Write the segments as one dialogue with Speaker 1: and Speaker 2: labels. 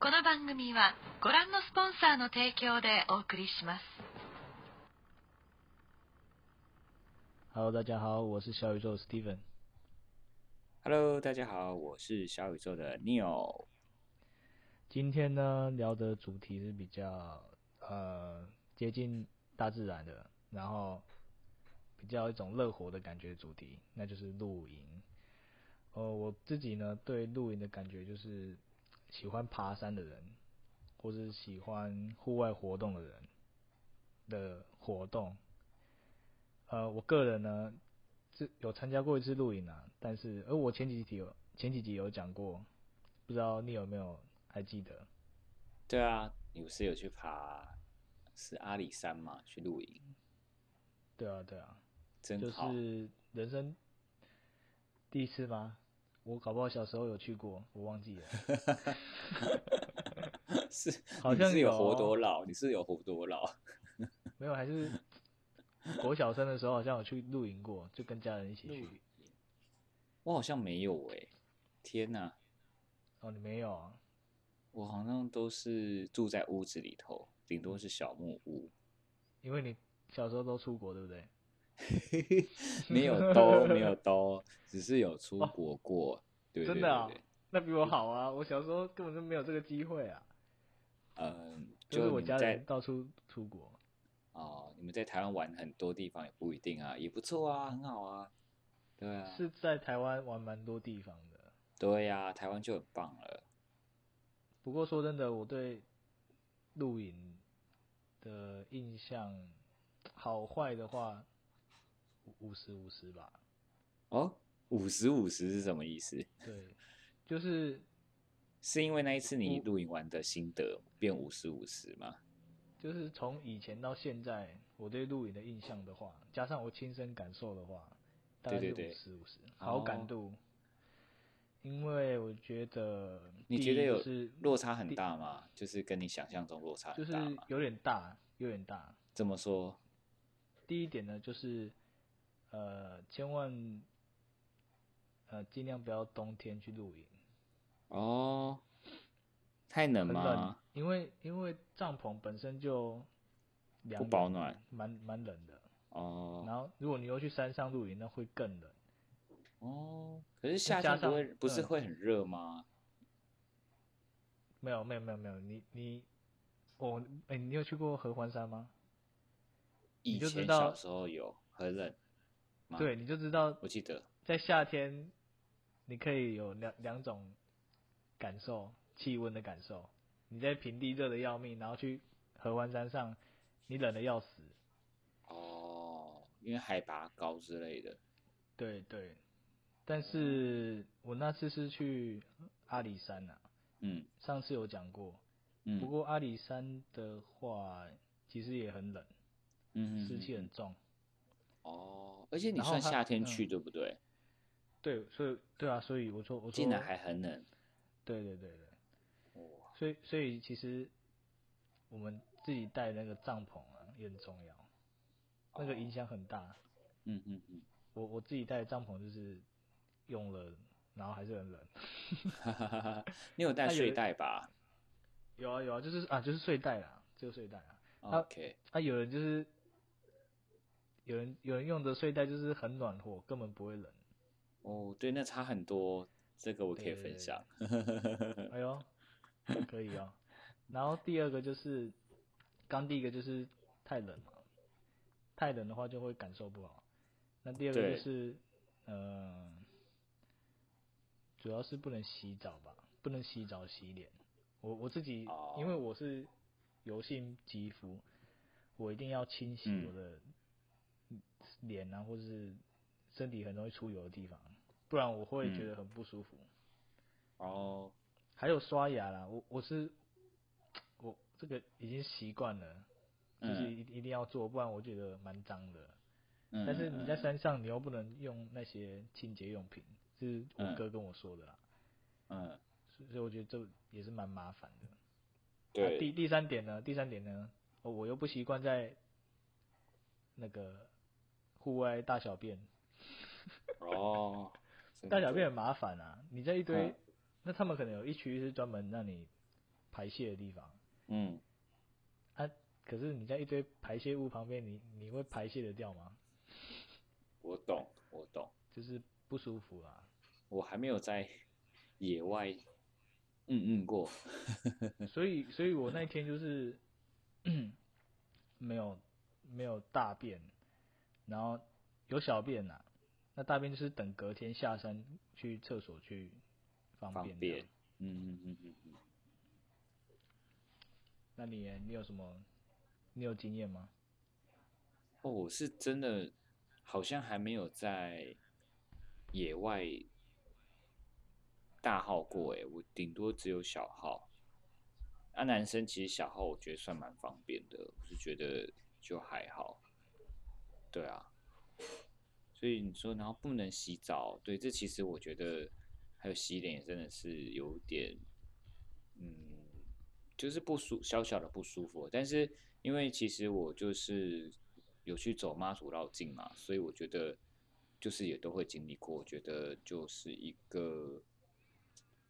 Speaker 1: この番組はご覧のスポンサーの提供でお送りします。
Speaker 2: Hello，大家好，我是小宇宙 Steven。
Speaker 3: Hello，大家好，我是小宇宙的 Neil。
Speaker 2: 今天呢聊的主题是比较呃接近大自然的，然后比较一种乐活的感觉的主题，那就是露营。呃，我自己呢对露营的感觉就是喜欢爬山的人，或是喜欢户外活动的人的活动。呃，我个人呢，这有参加过一次露营啊，但是而我前几集有前几集有讲过，不知道你有没有还记得？
Speaker 3: 对啊，你不是有去爬是阿里山嘛？去露营，
Speaker 2: 对啊，对啊，就
Speaker 3: 真好。
Speaker 2: 是人生第一次吗？我搞不好小时候有去过，我忘记了。
Speaker 3: 是，
Speaker 2: 好
Speaker 3: 你
Speaker 2: 像
Speaker 3: 是有
Speaker 2: 有
Speaker 3: 活
Speaker 2: 哦
Speaker 3: 多老，你是有活多老。
Speaker 2: 没有，还是国小生的时候好像有去露营过，就跟家人一起去。
Speaker 3: 我好像没有哎、天哪、
Speaker 2: 哦，你没有啊？
Speaker 3: 我好像都是住在屋子里头，顶多是小木屋，
Speaker 2: 因为你小时候都出国，对不对？
Speaker 3: 没有兜，没有兜，只是有出
Speaker 2: 哦
Speaker 3: 国过。对对
Speaker 2: 真
Speaker 3: 对
Speaker 2: 的啊
Speaker 3: 对，
Speaker 2: 那比我好啊！我小时候根本就没有这个机会啊，
Speaker 3: 嗯，
Speaker 2: 就是我
Speaker 3: 你
Speaker 2: 家
Speaker 3: 在
Speaker 2: 人到处出国。
Speaker 3: 哦，你们在台湾玩很多地方也不一定啊，也不错啊，很好啊。对啊，
Speaker 2: 是在台湾玩蛮多地方的。
Speaker 3: 对呀、啊，台湾就很棒了。
Speaker 2: 不过说真的，我对露营的印象好坏的话，五十五十吧。
Speaker 3: 哦，五十五十是什么意思？
Speaker 2: 对，就是
Speaker 3: 是因为那一次你
Speaker 2: 嗯
Speaker 3: 露营完的心得变五十五十吗？
Speaker 2: 就是从以前到现在，我对露营的印象的话，加上我亲身感受的话，大概
Speaker 3: 对
Speaker 2: 是
Speaker 3: 对哦
Speaker 2: 五
Speaker 3: 对
Speaker 2: 十五十好感度。因为我觉得第
Speaker 3: 你
Speaker 2: 一
Speaker 3: 觉得有
Speaker 2: 就是
Speaker 3: 落差很大吗？就是跟你想象中落差
Speaker 2: 就
Speaker 3: 很
Speaker 2: 是
Speaker 3: 大吗？
Speaker 2: 有点大，有点大。
Speaker 3: 这么说，
Speaker 2: 第一点呢，就是呃，千万呃，尽量不要冬天去露营，
Speaker 3: 哦，太冷
Speaker 2: 很冷
Speaker 3: 吗？，
Speaker 2: 因为因为帐篷本身就凉
Speaker 3: 不
Speaker 2: 人
Speaker 3: 保暖
Speaker 2: 蛮蛮冷的。
Speaker 3: 哦
Speaker 2: 然后如果你又去山上露营，那会更冷。
Speaker 3: 哦，可是夏
Speaker 2: 加
Speaker 3: 天不会
Speaker 2: 上
Speaker 3: 不是
Speaker 2: 嗯
Speaker 3: 会很热吗？
Speaker 2: 没有没有没有没有，你你我哎、你有去过合欢山吗？
Speaker 3: 以
Speaker 2: 就知
Speaker 3: 前
Speaker 2: 道
Speaker 3: 小时候有很冷吗？
Speaker 2: 对，你就知道
Speaker 3: 我记得
Speaker 2: 在夏天你可以有两两种感受，气温的感受。你在平地热的要命，然后去合欢山上，你冷的要死。
Speaker 3: 哦，因为海拔高之类的。
Speaker 2: 对对，但是我那次是去阿里山呐、
Speaker 3: 嗯
Speaker 2: 上次有讲过。
Speaker 3: 嗯，
Speaker 2: 不过阿里山的话，其实也很冷，
Speaker 3: 嗯
Speaker 2: 湿气很重。
Speaker 3: 哦，而且你
Speaker 2: 然后
Speaker 3: 算
Speaker 2: 它
Speaker 3: 夏天
Speaker 2: 嗯
Speaker 3: 去对不对？
Speaker 2: 对，所以对啊，所以我说我说，
Speaker 3: 竟然还很冷。
Speaker 2: 对对对对，
Speaker 3: 哇，
Speaker 2: 所以所以其实我们自己带那个帐篷啊也很重要，那个影响很大。
Speaker 3: 嗯嗯嗯，
Speaker 2: 我我自己带的帐篷就是用了，然后还是很冷。
Speaker 3: 哈哈哈哈你有带
Speaker 2: 它有
Speaker 3: 睡
Speaker 2: 一
Speaker 3: 袋吧
Speaker 2: 有啊有啊，就是啊就是睡袋啦，就是睡袋啊。它
Speaker 3: ？OK，
Speaker 2: 啊有人就是有人有人用的睡袋就是很暖和，根本不会冷。
Speaker 3: 哦，对，那差很多，这个我可以
Speaker 2: 对对
Speaker 3: 分
Speaker 2: 对
Speaker 3: 享。
Speaker 2: 哎呦，可以哦。然后第二个就是，刚第一个就是太冷嘛，太冷的话就会感受不好。那第二个
Speaker 3: 对
Speaker 2: 就是，呃，主要是不能洗澡吧，不能洗澡洗脸。我我自己
Speaker 3: 哦
Speaker 2: 因为我是油性肌肤，我一定要清洗
Speaker 3: 嗯
Speaker 2: 我的脸啊，或是身体很容易出油的地方，不然我会觉
Speaker 3: 嗯
Speaker 2: 得很不舒服。
Speaker 3: 哦，
Speaker 2: 还有刷牙啦，我我是我这个已经习惯了，就是
Speaker 3: 嗯
Speaker 2: 一一定要做，不然我觉得蛮脏的。
Speaker 3: 嗯，
Speaker 2: 但是你在
Speaker 3: 嗯
Speaker 2: 山上，你又不能用那些清洁用品，是我
Speaker 3: 嗯
Speaker 2: 哥跟我说的啦，
Speaker 3: 嗯，嗯
Speaker 2: 所以所以我觉得这也是蛮麻烦的。啊第
Speaker 3: 对，
Speaker 2: 第三点呢？第三点呢？哦我又不习惯在那个户外大小便，
Speaker 3: 哦，真
Speaker 2: 大小
Speaker 3: 的
Speaker 2: 便很麻烦啊！你在一堆，
Speaker 3: 嗯
Speaker 2: 那他们可能有一区是专门让你排泄的地方
Speaker 3: 嗯，
Speaker 2: 啊。可是你在一堆排泄物旁边，你你会排泄得掉吗？
Speaker 3: 我懂，我懂。
Speaker 2: 就是不舒服啊啦。
Speaker 3: 我还没有在野外嗯嗯过，嗯
Speaker 2: 所以，所以我那天就是 没有没有大便，然后有小便呐、那大便就是等隔天下山去厕所去方
Speaker 3: 方
Speaker 2: 这样
Speaker 3: 便。嗯嗯嗯嗯嗯。
Speaker 2: 那你呢你有什么？你有经验吗？
Speaker 3: 哦，我是真的好像还没有在野外大号过诶，我顶多只有小号。啊，男生其实小号我觉得算蛮方便的，我是觉得就还好。对啊，所以你说，然后不能洗澡，对，这其实我觉得还有洗脸也真的是有点，嗯，就是不舒小小的不舒服，但是因为其实我就是有去走妈祖绕境嘛，所以我觉得就是也都会经历过，我觉得就是一个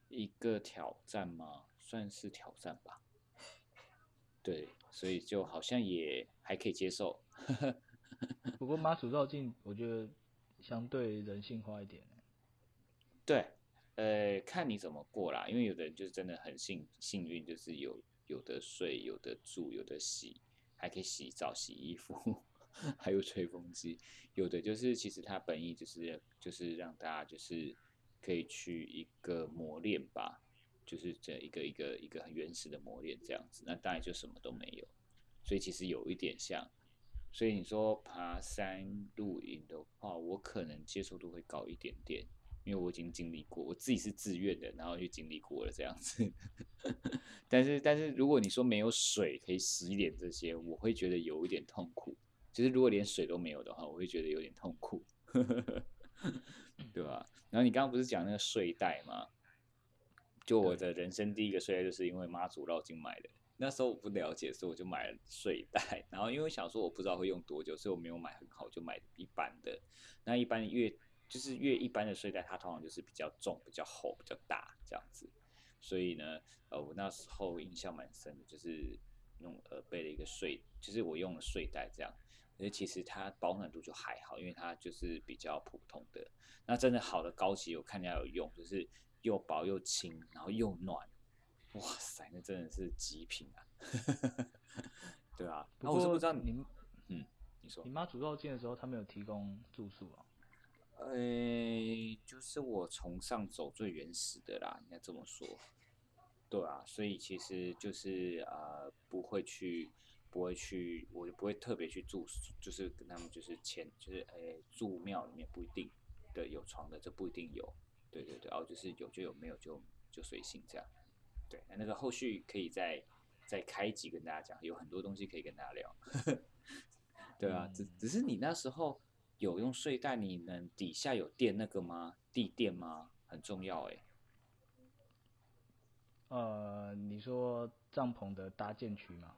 Speaker 3: 一个挑战嘛，算是挑战吧。对，所以就好像也还可以接受。
Speaker 2: 不过妈祖绕境，我觉得相对人性化一点。
Speaker 3: 对，呃，看你怎么过啦，因为有的人就是真的很幸幸运，就是有有的睡，有的住，有的洗，还可以洗澡、洗衣服， 还有吹风机。有的就是其实它本意就是就是让大家就是可以去一个磨练吧，就是这一个一个一个很原始的磨练这样子。那当然就什么都没有，所以其实有一点像。所以你说爬山露营的话，我可能接受度会高一点点，因为我已经经历过，我自己是自愿的，然后就经历过了这样子。 但是，但是如果你说没有水可以洗脸这些，我会觉得有一点痛苦。就是如果连水都没有的话，我会觉得有点痛苦， 对吧？然后你刚刚不是讲那个睡袋吗？就我的人生第一个睡袋，就是因为妈祖绕境买的。那时候我不了解，所以我就买了睡袋。 然后因为想说我不知道会用多久，所以我没有买很好，我就买一般的。那一般越就是越一般的睡袋，它通常就是比较重、比较厚、比较大这样子。所以呢，呃，我那时候印象蛮深的，就是用呃背了一个睡，就是我用了睡袋这样。可是其实它保暖度就还好，因为它就是比较普通的。那真的好的高级，我看人家有用，就是又薄又轻，然后又暖。哇塞，那真的是极品啊！ 对啊，
Speaker 2: 不
Speaker 3: 那我是
Speaker 2: 过
Speaker 3: 不知道你，
Speaker 2: 你
Speaker 3: 嗯，你说
Speaker 2: 你，妈祖绕境的时候，他们有提供住宿哦。
Speaker 3: 呃、就是我崇尚走最原始的啦，应该这么说。对啊，所以其实就是呃，不会去，不会去，我就不会特别去住宿，就是跟他们就是前就是呃住庙里面不一定的有床的，这不一定有。对对对，哦，就是有就有，没有就就随性这样。对，那那个后续可以再再开一集跟大家讲，有很多东西可以跟大家聊。 对啊，只
Speaker 2: 嗯
Speaker 3: 只是你那时候有用睡袋，你能底下有垫那个吗？地垫吗？很重要哎、
Speaker 2: 呃，你说帐篷的搭建区吗？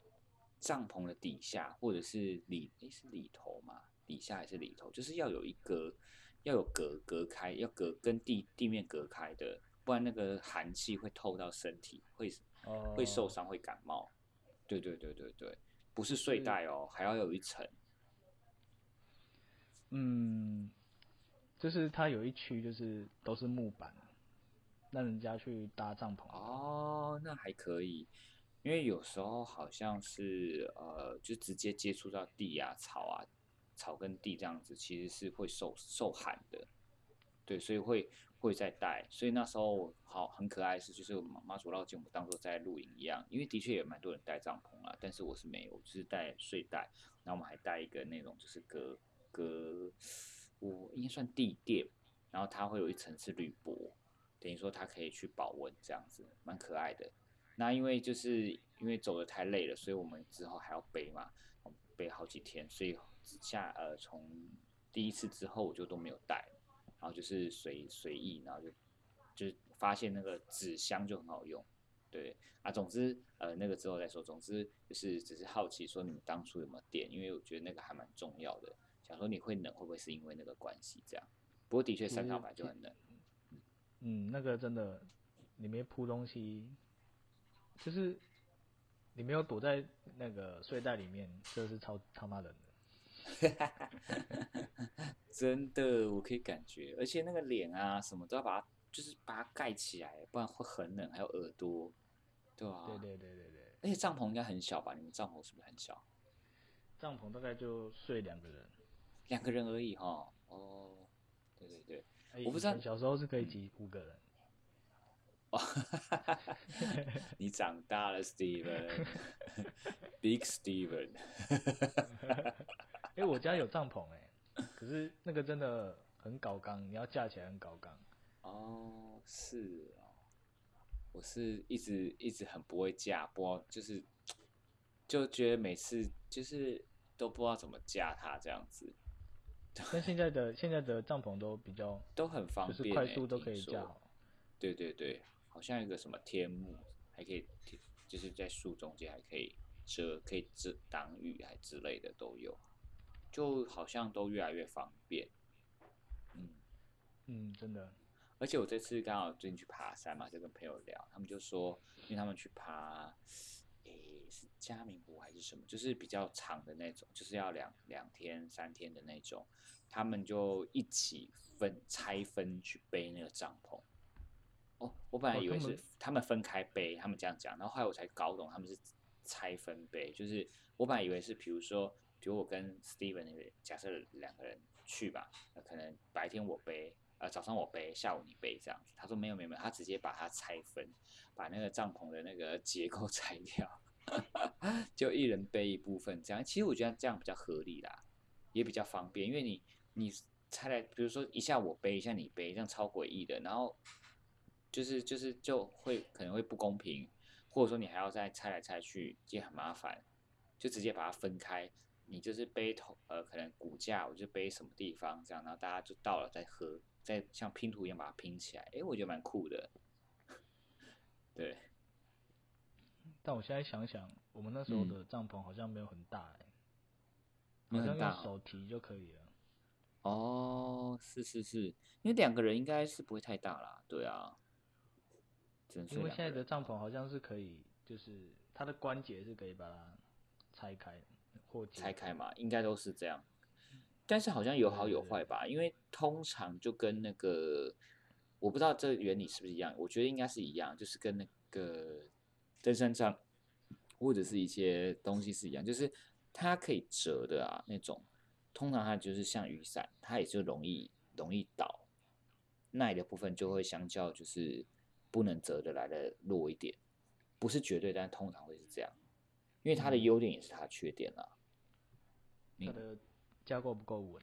Speaker 3: 帐篷的底下，或者是里诶是里头嘛，底下还是里头，就是要有一格，要有隔隔开，要隔跟地地面隔开的，不然那个寒气会透到身体，会
Speaker 2: 哦，
Speaker 3: 会受伤，会感冒。对对对对对，不是睡
Speaker 2: 是
Speaker 3: 袋哦，还要有一层。
Speaker 2: 嗯，就是它有一区就是都是木板，让人家去搭帐篷。
Speaker 3: 哦，那还可以，因为有时候好像是呃，就直接接触到地啊、草啊、草跟地这样子，其实是会受受寒的。对，所以会会再带，所以那时候我好很可爱的是，就是我妈妈祖绕境，我们当做在露营一样，因为的确也蛮多人带帐篷啊，但是我是没有，我就是带睡袋，然后我们还带一个那种就是隔隔，我应该算地垫，然后它会有一层是铝箔，等于说它可以去保温这样子，蛮可爱的。那因为就是因为走的太累了，所以我们之后还要背嘛，我们背好几天，所以下呃从第一次之后我就都没有带，然后就是随随意，然后就就是发现那个纸箱就很好用，对啊，总之呃那个之后再说，总之就是只是好奇说你们当初有没有电，因为我觉得那个还蛮重要的，想说你会冷会不会是因为那个关系这样，不过的确山上
Speaker 2: 嗯
Speaker 3: 本来就很冷。
Speaker 2: 嗯，那个真的里面铺东西就是你没有躲在那个睡袋里面，这是超他妈冷的。
Speaker 3: 真的，我可以感觉，而且那个脸啊，什么都要把它，就是把它盖起来，不然会很冷。还有耳朵，对啊，
Speaker 2: 对对对对对，
Speaker 3: 而且帐篷应该很小吧？你们帐篷是不是很小？
Speaker 2: 帐篷大概就睡两个人。
Speaker 3: 两个人而已哈。哦，对对 对，
Speaker 2: 哎
Speaker 3: 我不知道
Speaker 2: 以前小时候是可以挤五个人。
Speaker 3: 哦，你长大了，Steven，Big Steven。
Speaker 2: 哎、我家有帐篷哎、可是那个真的很搞刚，你要架起来很搞刚。
Speaker 3: 哦，是哦，我是一直一直很不会架，不知道就是就觉得每次就是都不知道怎么架它这样子，
Speaker 2: 但现在的现在的帐篷都比较
Speaker 3: 都很方
Speaker 2: 就是
Speaker 3: 便
Speaker 2: 快
Speaker 3: 欸
Speaker 2: 速都
Speaker 3: 听
Speaker 2: 可以
Speaker 3: 说
Speaker 2: 架好。
Speaker 3: 对对对，好像有个什么天幕，还可以贴就是在树中间还可以遮，可以遮挡雨还之类的都有，就好像都越来越方便。嗯，
Speaker 2: 嗯，真的。
Speaker 3: 而且我这次刚好最近去爬山嘛，就跟朋友聊，他们就说，因为他们去爬，诶、是嘉明湖还是什么，就是比较长的那种，就是要两两天三天的那种，他们就一起分拆分去背那个帐篷。哦，我本来
Speaker 2: 哦
Speaker 3: 以为
Speaker 2: 他
Speaker 3: 是
Speaker 2: 们
Speaker 3: 他们分开背，他们这样讲，然后后来我才搞懂他们是拆分背，就是我本来以为是，比如说，比如我跟 Steven 那个假设两个人去吧，那可能白天我背，呃，早上我背，下午你背这样子。他说没有没有没有，他直接把它拆分，把那个帐篷的那个结构拆掉， 就一人背一部分这样。其实我觉得这样比较合理啦，也比较方便，因为你你拆来，比如说一下我背，一下你背，这样超诡异的。然后就是就是就会可能会不公平，或者说你还要再拆来拆去，也很麻烦，就直接把它分开。你就是背头呃，可能骨架，我就背什么地方这样，然后大家就到了再合，再像拼图一样把它拼起来。诶，我觉得蛮酷的。对，
Speaker 2: 但我现在想想，我们那时候的帐篷好像没有很大哎、
Speaker 3: 嗯没有
Speaker 2: 好
Speaker 3: 很
Speaker 2: 像
Speaker 3: 大
Speaker 2: 用手提就可以了。
Speaker 3: 哦，是是是，因为两个人应该是不会太大啦。对啊，只能
Speaker 2: 因
Speaker 3: 说
Speaker 2: 为
Speaker 3: 两
Speaker 2: 现
Speaker 3: 个
Speaker 2: 在
Speaker 3: 人
Speaker 2: 的帐篷好像是可以，就是它的关节是可以把它拆开或解
Speaker 3: 拆
Speaker 2: 开。
Speaker 3: 开嘛，应该都是这样。但是好像有好有坏吧，因为通常就跟那个，我不知道这原理是不是一样，我觉得应该是一样，就是跟那个登山杖或者是一些东西是一样，就是它可以折的啊那种，通常它就是像雨伞，它也就容易容易倒，耐的部分就会相较就是不能折的来的弱一点，不是绝对，但通常会是这样，因为它的优点也是它的缺点啦。
Speaker 2: 它的架构不够稳，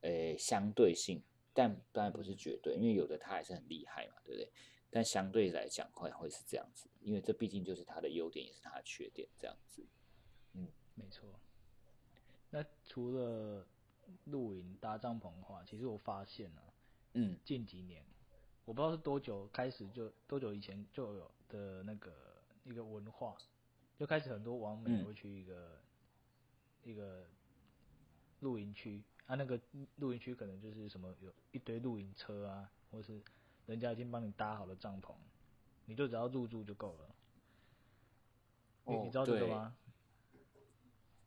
Speaker 3: 呃相对性，但当然不是绝对，因为有的他还是很厉害嘛，对不对？但相对来讲，会会是这样子，因为这毕竟就是他的优点，也是他的缺点，这样子。
Speaker 2: 没错。那除了露营搭帐篷的话，其实我发现啊，
Speaker 3: 嗯，
Speaker 2: 近几年我不知道是多久开始就多久以前就有的那个一个文化，就开始很多网美
Speaker 3: 嗯
Speaker 2: 会去一个、一个露营区，啊，那个露营区可能就是什么有一堆露营车啊，或是人家已经帮你搭好了帐篷，你就只要入住就够了。你
Speaker 3: 哦
Speaker 2: 你知道这个
Speaker 3: 对
Speaker 2: 吗？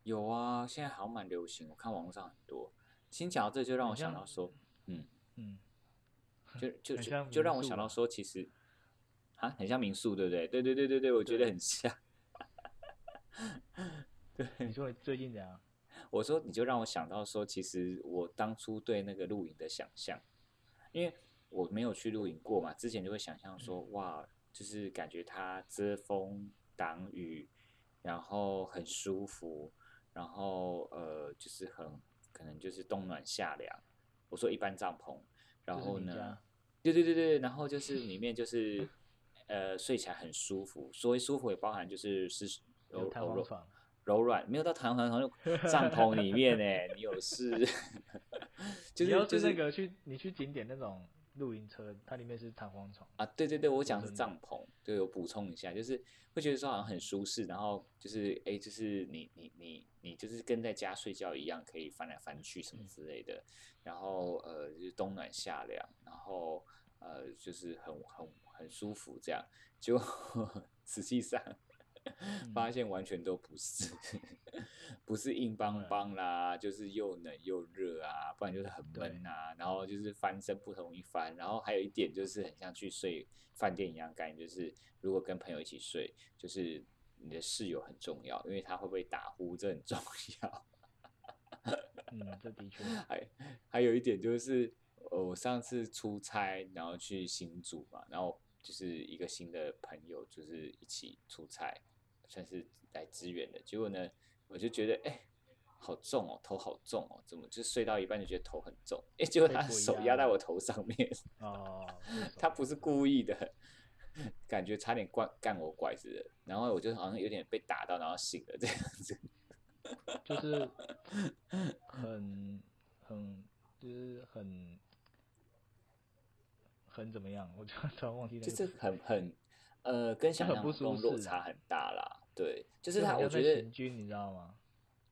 Speaker 3: 有啊，现在好像蛮流行，我看网络上很多。先讲到这，就让我
Speaker 2: 好
Speaker 3: 想
Speaker 2: 像
Speaker 3: 到说，嗯，
Speaker 2: 嗯，
Speaker 3: 就就
Speaker 2: 很
Speaker 3: 就
Speaker 2: 像
Speaker 3: 就让我
Speaker 2: 民宿
Speaker 3: 想到
Speaker 2: 啊
Speaker 3: 说，其实啊，很像民宿，对不对？对对对对对，我觉得
Speaker 2: 对
Speaker 3: 很像。
Speaker 2: 你说你最近怎样？
Speaker 3: 我说你就让我想到说，其实我当初对那个露营的想象，因为我没有去露营过嘛，之前就会想象说，
Speaker 2: 嗯
Speaker 3: 哇，就是感觉它遮风挡雨，然后很舒服，然后呃，就是很可能就是冬暖夏凉。我说一般帐篷，然
Speaker 2: 就是
Speaker 3: 后
Speaker 2: 你
Speaker 3: 呢
Speaker 2: 家，
Speaker 3: 对对对对，然
Speaker 2: 嗯
Speaker 3: 后就是里面就是呃睡起来很舒服，所谓舒服也包含就是是
Speaker 2: 有
Speaker 3: 柔
Speaker 2: 弹
Speaker 3: 柔
Speaker 2: 簧
Speaker 3: 柔
Speaker 2: 床，
Speaker 3: 柔软，没有到弹簧 床，就帐篷里面呢、你有事， 就
Speaker 2: 你要
Speaker 3: 是就是
Speaker 2: 那个去你去景点那种露营车，它里面是弹簧床。
Speaker 3: 啊，对对对，我讲的是
Speaker 2: 真的
Speaker 3: 帐篷，对我补充一下，就是会觉得说好像很舒适，然后就是哎，就是你你你你就是跟在家睡觉一样，可以翻来翻去什么之类的，然后呃就是冬暖夏凉，然后呃就是很很很舒服这样，结果。 实际上发现完全都不是， 不是硬邦邦啦，就是又冷又热啊，不然就是很闷啊，然后就是翻身不同一番，然后还有一点就是很像去睡饭店一样感觉，就是如果跟朋友一起睡，就是你的室友很重要，因为他会不会打呼这很重要。
Speaker 2: 嗯，这的 确，
Speaker 3: 还还有一点就是，呃，我上次出差，然后去新竹嘛，然后就是一个新的朋友，就是一起出差，算是来支援的。结果呢，我就觉得，哎、好重哦，头好重哦，怎么就睡到一半就觉得头很重？哎、结果
Speaker 2: 会
Speaker 3: 他
Speaker 2: 不一
Speaker 3: 手
Speaker 2: 样
Speaker 3: 压在我头上面，
Speaker 2: 哦，
Speaker 3: 他不是故意的，感觉差点灌干我拐子了。然后我就好像有点被打到，然后醒了这样子。
Speaker 2: 就是很很就是很很怎么样？我就突然忘记那
Speaker 3: 就
Speaker 2: 个
Speaker 3: 是
Speaker 2: 词，
Speaker 3: 很很呃，跟想
Speaker 2: 很
Speaker 3: 象
Speaker 2: 不舒
Speaker 3: 中落
Speaker 2: 适啊
Speaker 3: 差很大啦。对，就
Speaker 2: 就是很
Speaker 3: 他，我
Speaker 2: 像
Speaker 3: 觉
Speaker 2: 在
Speaker 3: 得
Speaker 2: 行军，你知道吗？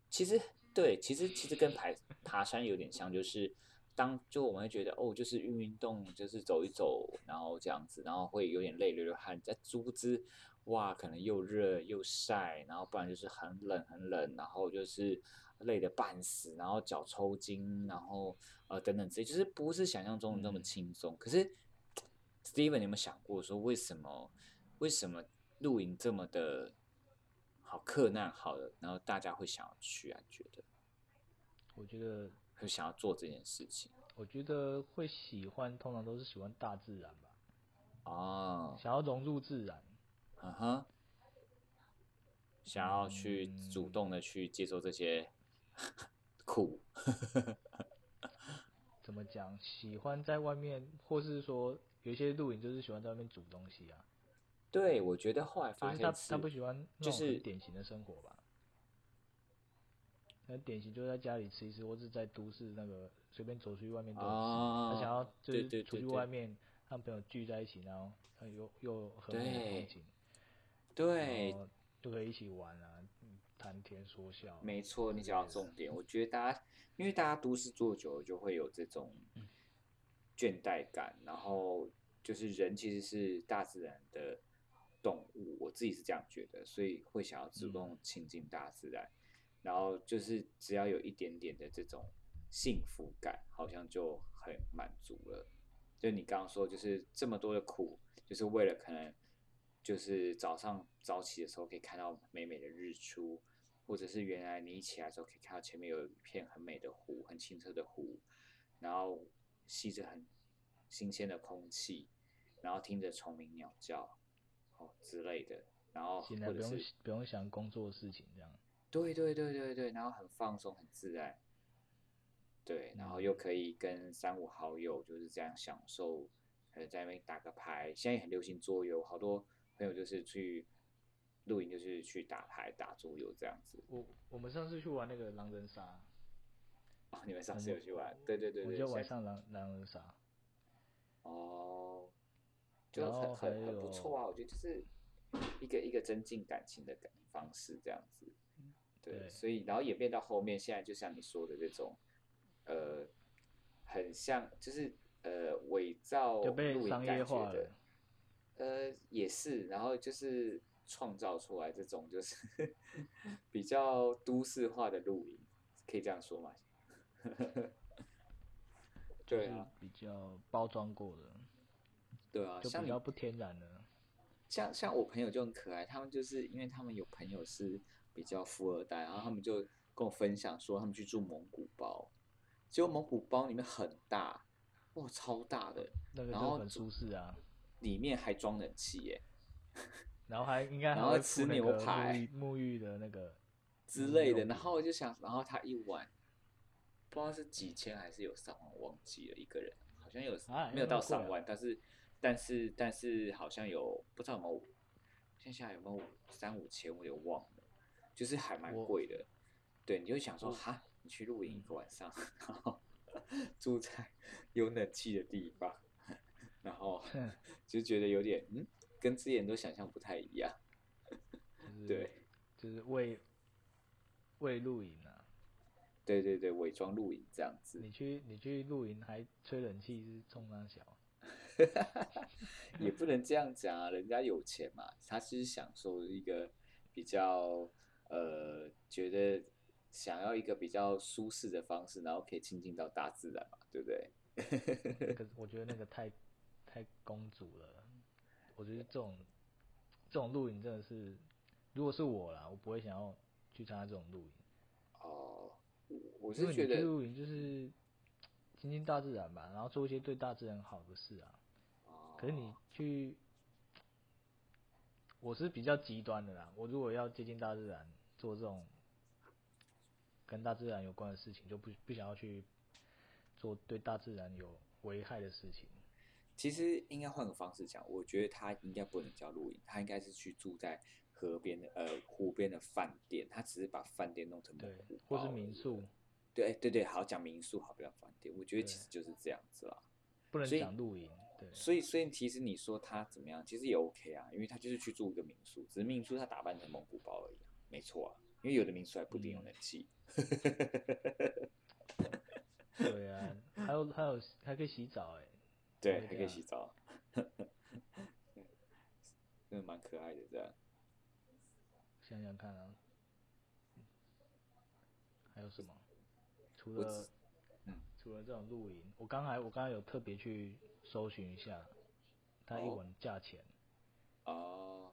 Speaker 3: 其实对，其实其实跟爬爬山有点像，就是当就我们会觉得哦，就是运运动，就是走一走，然后这样子，然后会有点累，流流汗。在殊不知，哇，可能又热又晒，然后不然就是很冷很冷，然后就是累得半死，然后脚抽筋，然后呃等等之类，就是不是想象中的那么
Speaker 2: 嗯
Speaker 3: 轻松。可是，Steven，你有没有想过说为什么为什么露营这么的？好克难好了，然后大家会想要去啊？你觉得？
Speaker 2: 我觉得
Speaker 3: 会想要做这件事情
Speaker 2: 我觉得会喜欢，通常都是喜欢大自然吧，
Speaker 3: 哦，
Speaker 2: 想要融入自然。
Speaker 3: 嗯哼，想要去主
Speaker 2: 嗯
Speaker 3: 动的去接受这些 苦，
Speaker 2: 怎么讲？喜欢在外面，或是说有一些露营就是喜欢在外面煮东西啊，
Speaker 3: 对我觉得后来
Speaker 2: 就
Speaker 3: 发
Speaker 2: 是
Speaker 3: 现
Speaker 2: 他
Speaker 3: 是
Speaker 2: 他不喜欢那
Speaker 3: 就
Speaker 2: 种
Speaker 3: 是
Speaker 2: 很典型的生活吧。那典型就在家里吃一吃，或是在都市那个随便走出去外面都有吃。
Speaker 3: 哦
Speaker 2: 他想要就
Speaker 3: 对
Speaker 2: 是
Speaker 3: 对
Speaker 2: 出
Speaker 3: 对
Speaker 2: 去
Speaker 3: 对
Speaker 2: 外面和朋友聚在一起，然后呃又又很美的
Speaker 3: 对
Speaker 2: 风景，
Speaker 3: 对
Speaker 2: 然，后就可以一起玩啊，嗯谈天说笑啊。
Speaker 3: 没错，你
Speaker 2: 之
Speaker 3: 讲
Speaker 2: 类
Speaker 3: 到
Speaker 2: 的
Speaker 3: 重点。我觉得大家，因为大家都市做久了，就会有这种倦怠感，然后就是人其实是大自然的动物，我自己是这样觉得，所以会想要主
Speaker 2: 嗯
Speaker 3: 动亲近大自然，然后就是只要有一点点的这种幸福感，好像就很满足了。就你刚刚说，就是这么多的苦，就是为了可能就是早上早起的时候可以看到美美的日出，或者是原来你一起来的时候可以看到前面有一片很美的湖，很清澈的湖，然后吸着很新鲜的空气，然后听着虫鸣鸟叫，哦之类的，然后
Speaker 2: 醒来
Speaker 3: 哦或
Speaker 2: 不
Speaker 3: 者
Speaker 2: 用
Speaker 3: 是
Speaker 2: 不用想工作的事情，这样。
Speaker 3: 对对对对对，然后很放松，很自然，对，然
Speaker 2: 嗯
Speaker 3: 后又可以跟三五好友就是这样享受，呃，在那边打个牌，现在也很流行桌游，好多朋友就是去露营，就是去打牌、打桌游这样子。
Speaker 2: 我我们上次去玩那个狼人杀，
Speaker 3: 哦，你们上
Speaker 2: 我
Speaker 3: 次
Speaker 2: 们
Speaker 3: 有去玩？对对对
Speaker 2: 我
Speaker 3: 对，
Speaker 2: 就
Speaker 3: 现
Speaker 2: 晚
Speaker 3: 在
Speaker 2: 上狼狼人杀，
Speaker 3: 哦，就
Speaker 2: 然
Speaker 3: 很
Speaker 2: 后还
Speaker 3: 很很不错啊，我觉得就是一个一个增进感情的感方式这样子。对，
Speaker 2: 嗯对
Speaker 3: 所以然后演变到后面，现在就像你说的这种，呃，很像就是呃伪造
Speaker 2: 就被
Speaker 3: 录影
Speaker 2: 商业
Speaker 3: 感觉
Speaker 2: 化
Speaker 3: 的
Speaker 2: 了，
Speaker 3: 呃也是，然后就是创造出来这种就是 比较都市化的露营，可以这样说吗？ 对
Speaker 2: 就是
Speaker 3: 啊，
Speaker 2: 比较包装过的，
Speaker 3: 对啊，
Speaker 2: 就
Speaker 3: 像
Speaker 2: 比
Speaker 3: 你
Speaker 2: 较不天然的。
Speaker 3: 像像我朋友就很可爱，他们就是因为他们有朋友是比较富二代，然后他们就跟我分享说他们去住蒙古包，结果蒙古包里面很大，哇，超大的，
Speaker 2: 那个
Speaker 3: 然
Speaker 2: 就
Speaker 3: 后
Speaker 2: 很舒适啊，
Speaker 3: 里面还装冷气耶
Speaker 2: 然后还应该还
Speaker 3: 然后
Speaker 2: 会
Speaker 3: 吃
Speaker 2: 附那
Speaker 3: 牛
Speaker 2: 个沐
Speaker 3: 排
Speaker 2: 浴沐浴的那个，
Speaker 3: 之
Speaker 2: 嗯
Speaker 3: 类
Speaker 2: 那
Speaker 3: 的，
Speaker 2: 种
Speaker 3: 然后我就想，然后他一晚不知道是几千还是有上万，忘记了一个人好像有
Speaker 2: 啊
Speaker 3: 没
Speaker 2: 那么
Speaker 3: 有到
Speaker 2: 贵
Speaker 3: 上
Speaker 2: 啊
Speaker 3: 万，但是但是但是好像有不知道有没有现在下来有没有三五千，我有点忘了，就是还蛮
Speaker 2: 我
Speaker 3: 贵的。对，你就会想说
Speaker 2: 我
Speaker 3: 哈，你去露营一个晚上，然 后住在有冷气的地方，然后就觉得有点嗯，跟之前都想象不太一样。
Speaker 2: 就是
Speaker 3: 对，
Speaker 2: 就是为为露营啊。
Speaker 3: 对对对，伪装露营这样子。
Speaker 2: 你去你去露营还吹冷气是冲浪小，
Speaker 3: 也不能这样讲啊，人家有钱嘛，他是享受一个比较呃，觉得想要一个比较舒适的方式，然后可以亲近到大自然嘛，对不对？
Speaker 2: 可是我觉得那个太太公主了，我觉得这种这种露营真的是，如果是我啦，我不会想要去参加这种露营。
Speaker 3: 哦，我我
Speaker 2: 因为
Speaker 3: 是
Speaker 2: 你
Speaker 3: 觉
Speaker 2: 去
Speaker 3: 得
Speaker 2: 露营就是亲近大自然吧，然后做一些对大自然好的事啊。
Speaker 3: 哦，
Speaker 2: 可是你去，我是比较极端的啦。我如果要接近大自然，做这种跟大自然有关的事情，就不不想要去做对大自然有危害的事情。
Speaker 3: 其实应该换个方式讲，我觉得他应该不能叫露营，他应该是去住在河边的呃湖边的饭店，他只是把饭店弄成
Speaker 2: 对
Speaker 3: 蒙古，
Speaker 2: 或
Speaker 3: 包
Speaker 2: 是
Speaker 3: 而
Speaker 2: 民
Speaker 3: 已
Speaker 2: 宿，
Speaker 3: 对对对，好讲民宿好，不要饭店。我觉得
Speaker 2: 对
Speaker 3: 其实就是这样子啦。
Speaker 2: 不能
Speaker 3: 所以
Speaker 2: 讲露营。对，
Speaker 3: 所以所以其实你说他怎么样，其实也 OK 啊，因为他就是去住一个民宿，只是民宿他打扮成蒙古包而已啊、没错啊。因为有的民宿还不一定有
Speaker 2: 嗯
Speaker 3: 冷气，
Speaker 2: 对啊，还有还有还可以洗澡哎、
Speaker 3: 对，
Speaker 2: 对
Speaker 3: 还可
Speaker 2: 对
Speaker 3: 以
Speaker 2: 啊
Speaker 3: 洗澡，真的蛮可爱的啊这样。
Speaker 2: 想想看啊，还有什么？除
Speaker 3: 我
Speaker 2: 了
Speaker 3: 只嗯
Speaker 2: 除了这种露营，我刚才我刚才有特别去搜寻一下，它一
Speaker 3: 哦
Speaker 2: 晚价钱、
Speaker 3: 哦，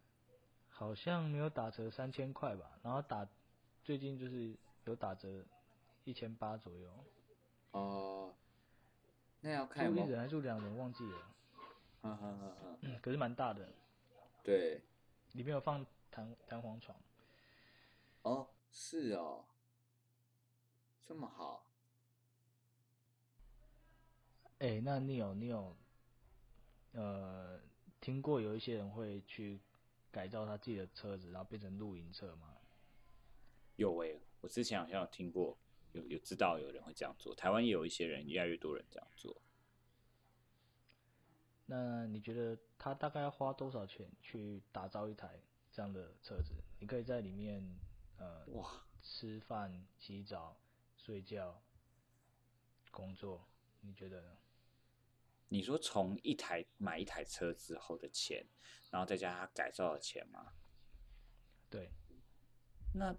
Speaker 2: 好像没有打折三千块吧，然后打最近就是有打折一千八左右，
Speaker 3: 哦，那要看有
Speaker 2: 住一
Speaker 3: 没有，
Speaker 2: 人还是住两人忘记了，
Speaker 3: 哈哈哈哈，
Speaker 2: 嗯可是蛮大的，
Speaker 3: 对，
Speaker 2: 里面有放弹弹簧床，
Speaker 3: 哦，是哦，这么好，
Speaker 2: 哎、那你有你有，呃，听过有一些人会去改造他自己的车子，然后变成露营车吗？
Speaker 3: 有诶、我之前好像有听过，有有知道有人会这样做，台湾也有一些人，越来越多人这样做。
Speaker 2: 那你觉得他大概要花多少钱去打造一台这样的车子？你可以在里面呃
Speaker 3: 哇，
Speaker 2: 吃饭、洗澡、睡觉、工作，你觉得呢？
Speaker 3: 你说从一台买一台车之后的钱，然后再加上他改造的钱吗？
Speaker 2: 对，
Speaker 3: 那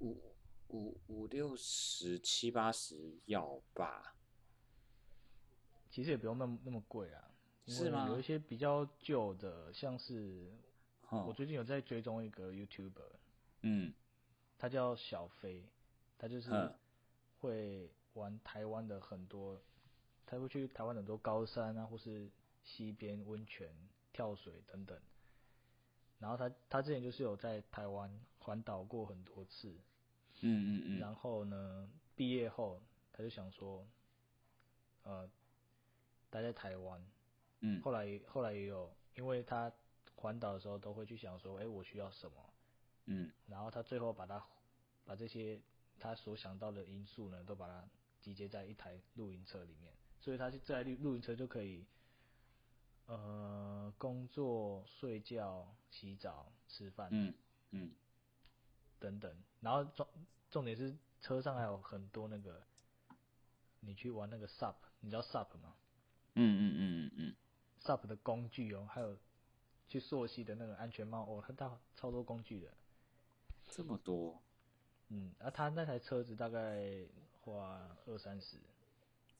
Speaker 3: 五五五六十七八十要吧？
Speaker 2: 其实也不用那么那么贵啊，因
Speaker 3: 是
Speaker 2: 为
Speaker 3: 吗
Speaker 2: 有一些比较旧的，像是我
Speaker 3: 哼，
Speaker 2: 最近有在追踪一个 YouTuber。
Speaker 3: 嗯，
Speaker 2: 他叫小飞，他就是
Speaker 3: 嗯
Speaker 2: 会玩台湾的很多，他会去台湾很多高山啊，或是溪边温泉、跳水等等。然后他他之前就是有在台湾环岛过很多次，
Speaker 3: 嗯嗯嗯，
Speaker 2: 然后呢，毕业后他就想说，呃，待在台湾。
Speaker 3: 嗯
Speaker 2: 后来后来也有，因为他环岛的时候都会去想说，哎、我需要什么，
Speaker 3: 嗯，
Speaker 2: 然后他最后把他把这些他所想到的因素呢，都把它集结在一台露营车里面，所以他是这台露露营车就可以，呃，工作、睡觉、洗澡、吃饭，
Speaker 3: 嗯嗯，
Speaker 2: 等等。然后重重点是车上还有很多那个，你去玩那个 SUP，你知道 SUP 吗
Speaker 3: 嗯嗯嗯嗯嗯，
Speaker 2: ？SUP 的工具哦，还有去溯溪的那个安全帽哦，它大超多工具的。
Speaker 3: 这么多，
Speaker 2: 嗯，啊，他那台车子大概花二三十。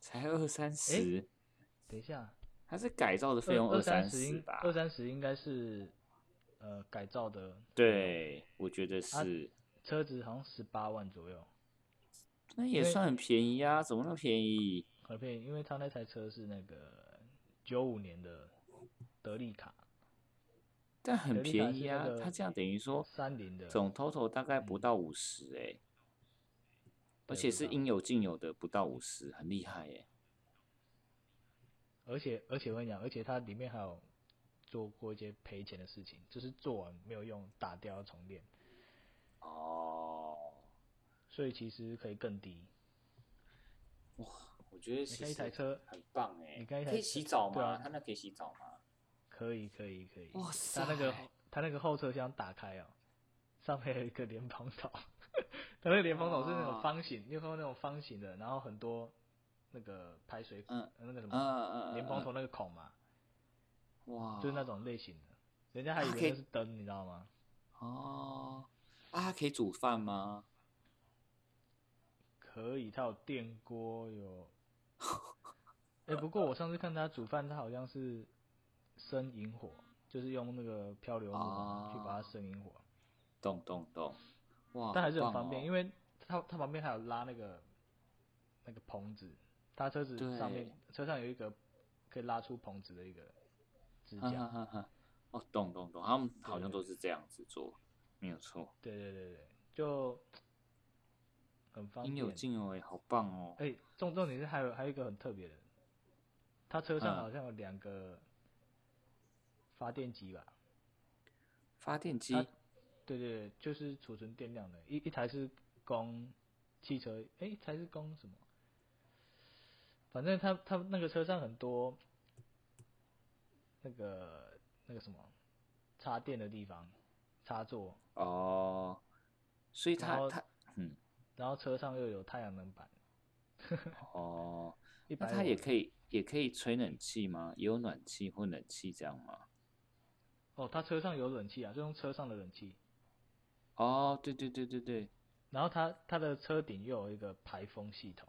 Speaker 3: 才二三十，
Speaker 2: 等一下，
Speaker 3: 它是改造的费
Speaker 2: 二
Speaker 3: 用
Speaker 2: 二
Speaker 3: 三
Speaker 2: 十
Speaker 3: 十
Speaker 2: 应
Speaker 3: 吧？
Speaker 2: 二三十应该是呃改造的
Speaker 3: 对，我觉得
Speaker 2: 啊
Speaker 3: 是，
Speaker 2: 车子，好像十八万左右，
Speaker 3: 那也
Speaker 2: 因为
Speaker 3: 算很便宜啊，怎么那么便宜？
Speaker 2: 很便宜，因为他那台车是那个九五年的德利卡，
Speaker 3: 但很
Speaker 2: 德利卡
Speaker 3: 便
Speaker 2: 是
Speaker 3: 宜
Speaker 2: 那
Speaker 3: 啊，
Speaker 2: 个
Speaker 3: 它这样等于说
Speaker 2: 三菱的
Speaker 3: 总 total 大概不
Speaker 2: 嗯
Speaker 3: 到五十哎，而
Speaker 2: 对
Speaker 3: 且
Speaker 2: 不
Speaker 3: 是
Speaker 2: 到
Speaker 3: 应有尽有的不到五十，很厉害哎、
Speaker 2: 而且而且我跟你讲，而且它里面还有做过一些赔钱的事情，就是做完没有用，打掉要重练，
Speaker 3: 哦，
Speaker 2: 所以其实可以更低。
Speaker 3: 哇，我觉得
Speaker 2: 你
Speaker 3: 其
Speaker 2: 看一台
Speaker 3: 实
Speaker 2: 车
Speaker 3: 很棒哎、
Speaker 2: 你看一
Speaker 3: 可
Speaker 2: 台
Speaker 3: 以洗
Speaker 2: 车
Speaker 3: 澡
Speaker 2: 对
Speaker 3: 吗？
Speaker 2: 啊
Speaker 3: 它那可以洗澡吗？
Speaker 2: 可以可以可以，
Speaker 3: 哇
Speaker 2: 它那个
Speaker 3: 塞
Speaker 2: 它那个后车厢打开哦，上面有一个莲 蓬头，它那个莲蓬头是那种
Speaker 3: 哦
Speaker 2: 方形，你有看过那种方形的，然后很多那个排水
Speaker 3: 嗯
Speaker 2: 呃那个什
Speaker 3: 嗯
Speaker 2: 么
Speaker 3: 嗯嗯，
Speaker 2: 莲蓬
Speaker 3: 嗯
Speaker 2: 头那个孔嘛，
Speaker 3: 哇，
Speaker 2: 就是那种类型的。人家还以
Speaker 3: 啊可以
Speaker 2: 为那是灯，你知道吗？
Speaker 3: 哦啊，它可以煮饭吗？
Speaker 2: 可以，它有电锅， 有。哎、不过我上次看他煮饭，他好像是生引火，就是用那个漂流木
Speaker 3: 哦
Speaker 2: 啊、去把它生引火，
Speaker 3: 懂懂懂，哇，哦
Speaker 2: 但还是很方便，因
Speaker 3: 为
Speaker 2: 为他他旁边还有拉那个那个棚子，他车子上面车上有一个可以拉出棚子的一个支
Speaker 3: 哈
Speaker 2: 架，
Speaker 3: 哈哈哈，哦，懂懂懂，他们好像
Speaker 2: 对
Speaker 3: 都是这样子做，没有错，
Speaker 2: 对对对对，就很方
Speaker 3: 应
Speaker 2: 便。
Speaker 3: 有尽有哎，好棒哦，
Speaker 2: 哎、重重点是还有还有一个很特别的，他车上
Speaker 3: 嗯
Speaker 2: 好像有两个发电机吧？
Speaker 3: 发电机
Speaker 2: 它对对对，就是储存电量的，一一台是供汽车，哎、一台是供什么？反正他他那个车上很多那个那个什么插电的地方，插座，
Speaker 3: 哦，所以
Speaker 2: 然
Speaker 3: 它
Speaker 2: 后
Speaker 3: 它嗯
Speaker 2: 然后车上又有太阳能板，
Speaker 3: 哦。
Speaker 2: 一
Speaker 3: 那
Speaker 2: 百
Speaker 3: 它也可
Speaker 2: 以
Speaker 3: 以也可以吹冷气吗？也有暖气或冷气这样吗？
Speaker 2: 哦，他车上有冷气啊，就用车上的冷气。
Speaker 3: 哦，对对对对对，
Speaker 2: 然后它它的车顶又有一个排风系统，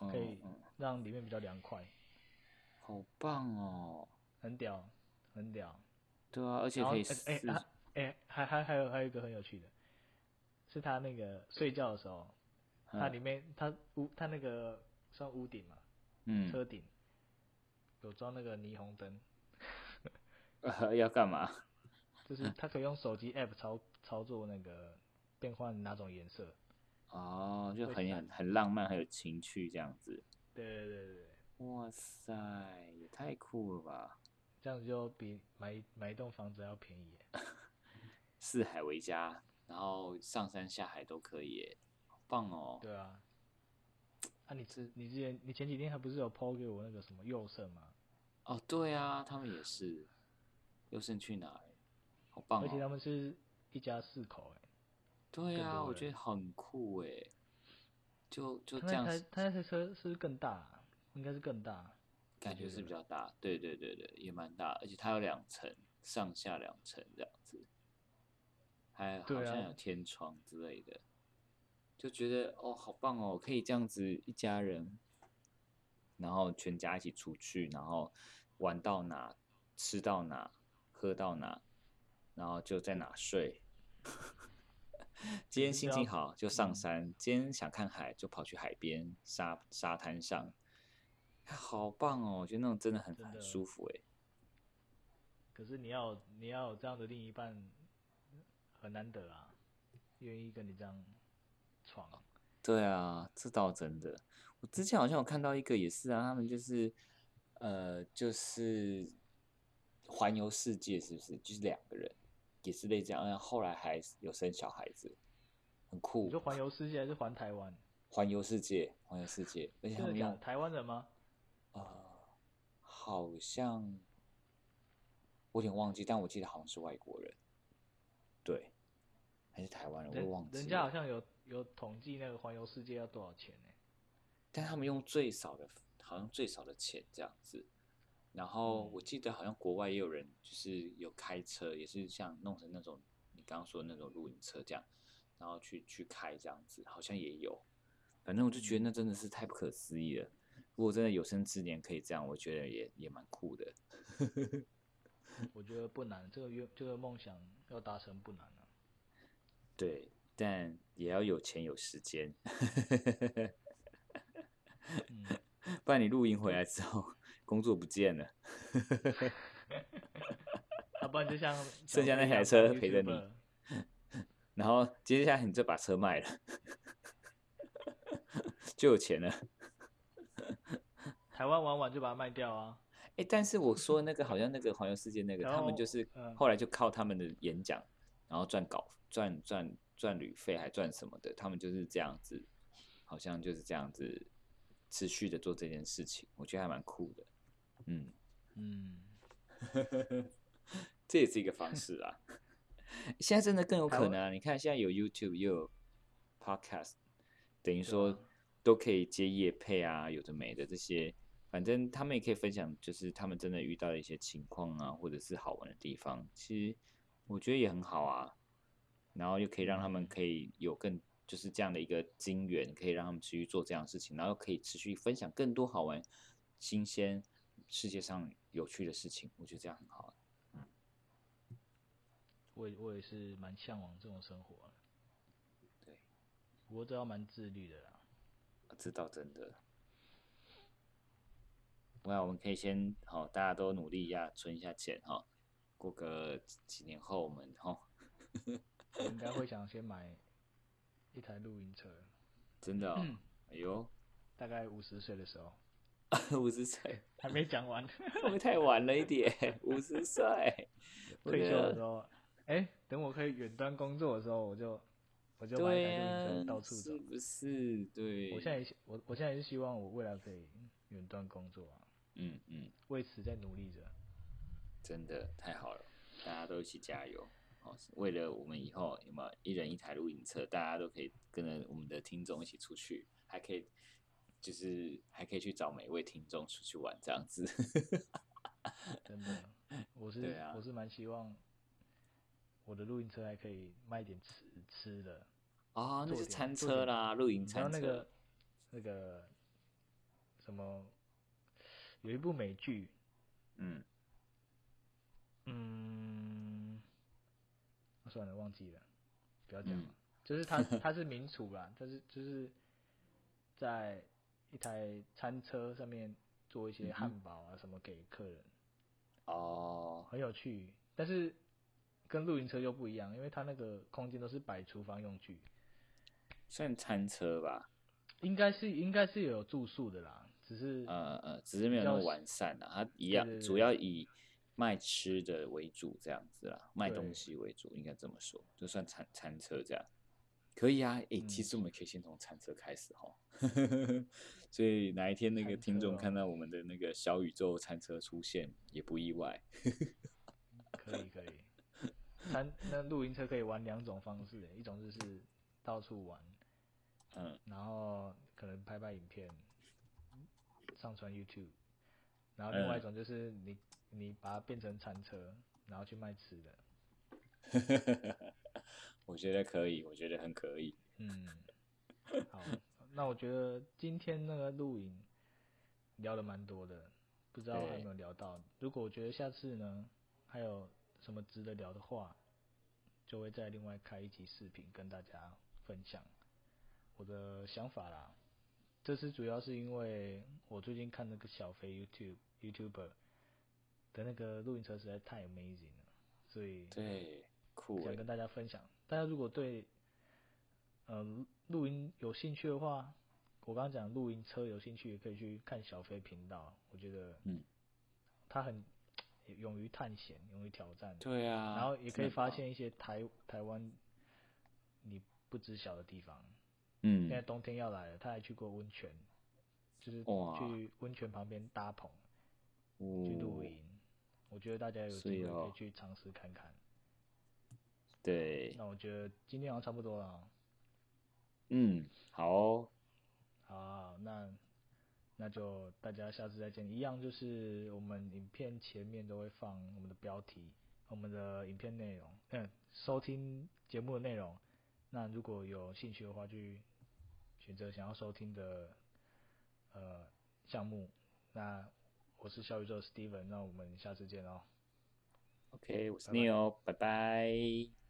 Speaker 3: 嗯
Speaker 2: 可以
Speaker 3: 嗯，
Speaker 2: 让里面比较凉快，
Speaker 3: 好棒哦！
Speaker 2: 很屌，很屌。
Speaker 3: 对啊，而且
Speaker 2: 然后
Speaker 3: 可以
Speaker 2: 哎哎
Speaker 3: 试
Speaker 2: 它哎还还还有还有一个很有趣的，是它那个睡觉的时候，它里
Speaker 3: 嗯
Speaker 2: 面它屋它那个算屋顶嘛，车
Speaker 3: 嗯，
Speaker 2: 顶有装那个霓虹灯，
Speaker 3: 呃 要干嘛？
Speaker 2: 就是
Speaker 3: 嗯
Speaker 2: 它可以用手机 app 操操作那个变换哪种颜色。
Speaker 3: 哦，就
Speaker 2: 会
Speaker 3: 很很很浪漫，很有情趣这样子。
Speaker 2: 对对对对对，
Speaker 3: 哇塞，也太酷了吧！
Speaker 2: 这样子就比买一买一栋房子要便宜耶。
Speaker 3: 四海为家，然后上山下海都可以耶，好棒哦！
Speaker 2: 对啊，啊你
Speaker 3: 这
Speaker 2: 你之前你前几天还不是有 PO 给我那个什么右肾吗？
Speaker 3: 哦，对啊，他们也是。优胜去哪儿？好棒哦！
Speaker 2: 而且他们是一家四口哎、
Speaker 3: 对
Speaker 2: 更
Speaker 3: 啊，
Speaker 2: 多
Speaker 3: 我
Speaker 2: 人
Speaker 3: 觉得很酷诶，就就
Speaker 2: 他那
Speaker 3: 这样
Speaker 2: 台
Speaker 3: 子，
Speaker 2: 他那台车是不是更大啊、应该是更大啊，
Speaker 3: 感觉
Speaker 2: 觉
Speaker 3: 是比
Speaker 2: 得
Speaker 3: 较大，对对对对，也蛮大，而且它有两层，上下两层这样子，还
Speaker 2: 对
Speaker 3: 好像
Speaker 2: 啊
Speaker 3: 有天窗之类的，就觉得哦，好棒哦，可以这样子一家人，然后全家一起出去，然后玩到哪，吃到哪，喝到哪，然后就在哪睡。
Speaker 2: 嗯
Speaker 3: 今天心情好就上山，今天想看海就跑去海边沙沙滩上，啊好棒哦！我觉得那种真的很
Speaker 2: 真
Speaker 3: 很
Speaker 2: 的
Speaker 3: 舒服哎。
Speaker 2: 可是你要你要有这样的另一半很难得啊，愿意跟你这样闯，
Speaker 3: 哦对啊，这倒真的。我之前好像有看到一个也是啊，他们就是呃，就是环游世界，是不是？就是两个人，也是类似这样，然后后来还有生小孩子，很
Speaker 2: 你
Speaker 3: 酷
Speaker 2: 说。环游世界还是环台湾？
Speaker 3: 环游世界，环游世界，而且他
Speaker 2: 真的
Speaker 3: 们
Speaker 2: 假的？
Speaker 3: 用
Speaker 2: 台湾人吗？
Speaker 3: 呃，好像我有点忘记，但我记得好像是外国人，对，还是台湾人，我也
Speaker 2: 人
Speaker 3: 忘记
Speaker 2: 人家好
Speaker 3: 了。
Speaker 2: 像有有统计那个环游世界要多少钱呢、
Speaker 3: 但他们用最少的，好像最少的钱这样子。然后我记得好像国外也有人就是有开车，也是像弄成那种你刚刚说的那种露营车这样，然后去去开这样子，好像也有。反正我就觉得那真的是太不可思议了。如果真的有生之年可以这样，我觉得也也蛮酷的。
Speaker 2: 我觉得不难，这个愿这个梦想要达成不难啊。
Speaker 3: 对，但也要有钱有时间，
Speaker 2: 嗯，
Speaker 3: 不然你露营回来之后，工作不见了。
Speaker 2: 要啊不然就像
Speaker 3: 剩下那台车陪着你然后接下来你这把车卖了， 就有钱了。
Speaker 2: 台湾玩完就把它卖掉啊。
Speaker 3: 哎、但是我说那个好像那个环游世界那个，
Speaker 2: 然
Speaker 3: 他们
Speaker 2: 后
Speaker 3: 就是
Speaker 2: 嗯
Speaker 3: 后来就靠他们的演讲，然后赚稿赚赚赚旅费还赚什么的，他们就是这样子，好像就是这样子持续的做这件事情，我觉得还蛮酷的。嗯。
Speaker 2: 嗯，
Speaker 3: 这也是一个方式啊。 现在真的更有
Speaker 2: 台
Speaker 3: 可
Speaker 2: 湾
Speaker 3: 能啊！你看，现在有 YouTube，又有 Podcast，等于说
Speaker 2: 啊
Speaker 3: 都可以接业配啊，有的没的这些，反正他们也可以分享，就是他们真的遇到的一些情况啊，或者是好玩的地方，其实我觉得也很好啊。然后又可以让他们可以有更就是这样的一个金源，可以让他们持续做这样的事情，然后可以持续分享更多好玩、新鲜、世界上有趣的事情，我觉得这样很好啊。
Speaker 2: 我也我也是蛮向往这种生活的，
Speaker 3: 对，
Speaker 2: 不过这要蛮自律的啦。
Speaker 3: 这倒真的。那我们可以先好、大家都努力一下，存一下钱哈、过个几年后我们哈、
Speaker 2: 我应该会想先买一台露营车，
Speaker 3: 真的、
Speaker 2: 嗯
Speaker 3: 哦，哎呦，
Speaker 2: 大概五十岁的时候，
Speaker 3: 五十岁，
Speaker 2: 还没讲完，
Speaker 3: 会不会太晚了一点？ 五十岁， 我
Speaker 2: 退
Speaker 3: 觉
Speaker 2: 休的时
Speaker 3: 得
Speaker 2: 候，哎、等我可以远端工作的时候，我就我就买一
Speaker 3: 对
Speaker 2: 台
Speaker 3: 呀、
Speaker 2: 露营车到处走
Speaker 3: 是。不是？对，
Speaker 2: 我现在也希我我现在也是希望我未来可以远端工作啊，
Speaker 3: 嗯嗯，
Speaker 2: 为此在努力着。
Speaker 3: 真的太好了，大家都一起加油。好，为了我们以后有没有一人一台露营车，大家都可以跟着我们的听众一起出去，还可以就是还可以去找每位听众出去玩这样子。
Speaker 2: 真的，我是、
Speaker 3: 对啊
Speaker 2: 我是蛮希望我的露营车还可以卖一点吃吃的，
Speaker 3: 哦，那
Speaker 2: 做
Speaker 3: 是
Speaker 2: 点
Speaker 3: 餐
Speaker 2: 做
Speaker 3: 车
Speaker 2: 点
Speaker 3: 啦，露营
Speaker 2: 你知道那
Speaker 3: 餐车。
Speaker 2: 个那个什么有一部美剧，
Speaker 3: 嗯，
Speaker 2: 嗯，算了，忘记了，不要讲了。
Speaker 3: 嗯
Speaker 2: 就是它它是民厨啦，但是就是在一台餐车上面做一些汉堡啊什么给客人，
Speaker 3: 哦，
Speaker 2: 很有趣。但是跟露营车又不一样，因为它那个空间都是摆厨房用具，
Speaker 3: 算餐车吧，
Speaker 2: 应该是应该是有住宿的啦，只是
Speaker 3: 呃呃，只是没有
Speaker 2: 比
Speaker 3: 那
Speaker 2: 较
Speaker 3: 么
Speaker 2: 是
Speaker 3: 完善啦，它一
Speaker 2: 对
Speaker 3: 样
Speaker 2: 对
Speaker 3: 主
Speaker 2: 对
Speaker 3: 要以卖吃的为主这样子啦，卖东
Speaker 2: 对
Speaker 3: 西为主，应该这么说，就算餐餐车这样。可以啊，诶、其
Speaker 2: 嗯
Speaker 3: 实我们可以先从餐车开始哈， 所以哪一天那个
Speaker 2: 餐
Speaker 3: 听
Speaker 2: 车
Speaker 3: 众
Speaker 2: 哦
Speaker 3: 看到我们的那个小宇宙餐车出现也不意外。
Speaker 2: 可以可以。餐那露营车可以玩两种方式，欸一种就是到处玩，
Speaker 3: 嗯，
Speaker 2: 然后可能拍拍影片，上传 YouTube，然后另外一种就是你、你把它变成餐车，然后去卖吃的，
Speaker 3: 我觉得可以，我觉得很可以。
Speaker 2: 嗯，好，那我觉得今天那个录影聊的蛮多的，不知道
Speaker 3: 对
Speaker 2: 还有没有聊到。如果我觉得下次呢还有什么值得聊的话，就会再另外开一集视频跟大家分享我的想法啦。这次主要是因为我最近看那个小肥 YouTube YouTuber 的那个露营车实在太 amazing 了，所以
Speaker 3: 对，酷
Speaker 2: 想
Speaker 3: 诶、
Speaker 2: 跟大家分享。大家如果对呃露营有兴趣的话，我刚刚讲露营车有兴趣，也可以去看小飞频道。我觉得，
Speaker 3: 嗯，
Speaker 2: 他很勇于探险，勇于挑战，
Speaker 3: 对啊，
Speaker 2: 然后也
Speaker 3: 真
Speaker 2: 可以
Speaker 3: 的
Speaker 2: 发
Speaker 3: 棒，
Speaker 2: 现一些台台湾你不知晓的地方。
Speaker 3: 嗯
Speaker 2: 现，在冬天要来了，他还去过温泉，就是
Speaker 3: 哇
Speaker 2: 去温泉旁边搭棚去露
Speaker 3: 哦
Speaker 2: 营。我觉得大家有
Speaker 3: 所
Speaker 2: 机
Speaker 3: 以
Speaker 2: 会可
Speaker 3: 哦
Speaker 2: 以去尝试看看。
Speaker 3: 对，
Speaker 2: 那我觉得今天好像差不多了哦。
Speaker 3: 嗯，好哦、
Speaker 2: 好，那那就大家下次再见。一样就是我们影片前面都会放我们的标题、我们的影片内容，嗯，收听节目的内容。那如果有兴趣的话，去选择想要收听的呃项目。那我是小宇哦宙 Steven，那我们下次见喽。
Speaker 3: OK，我是
Speaker 2: 拜拜
Speaker 3: Neil，拜拜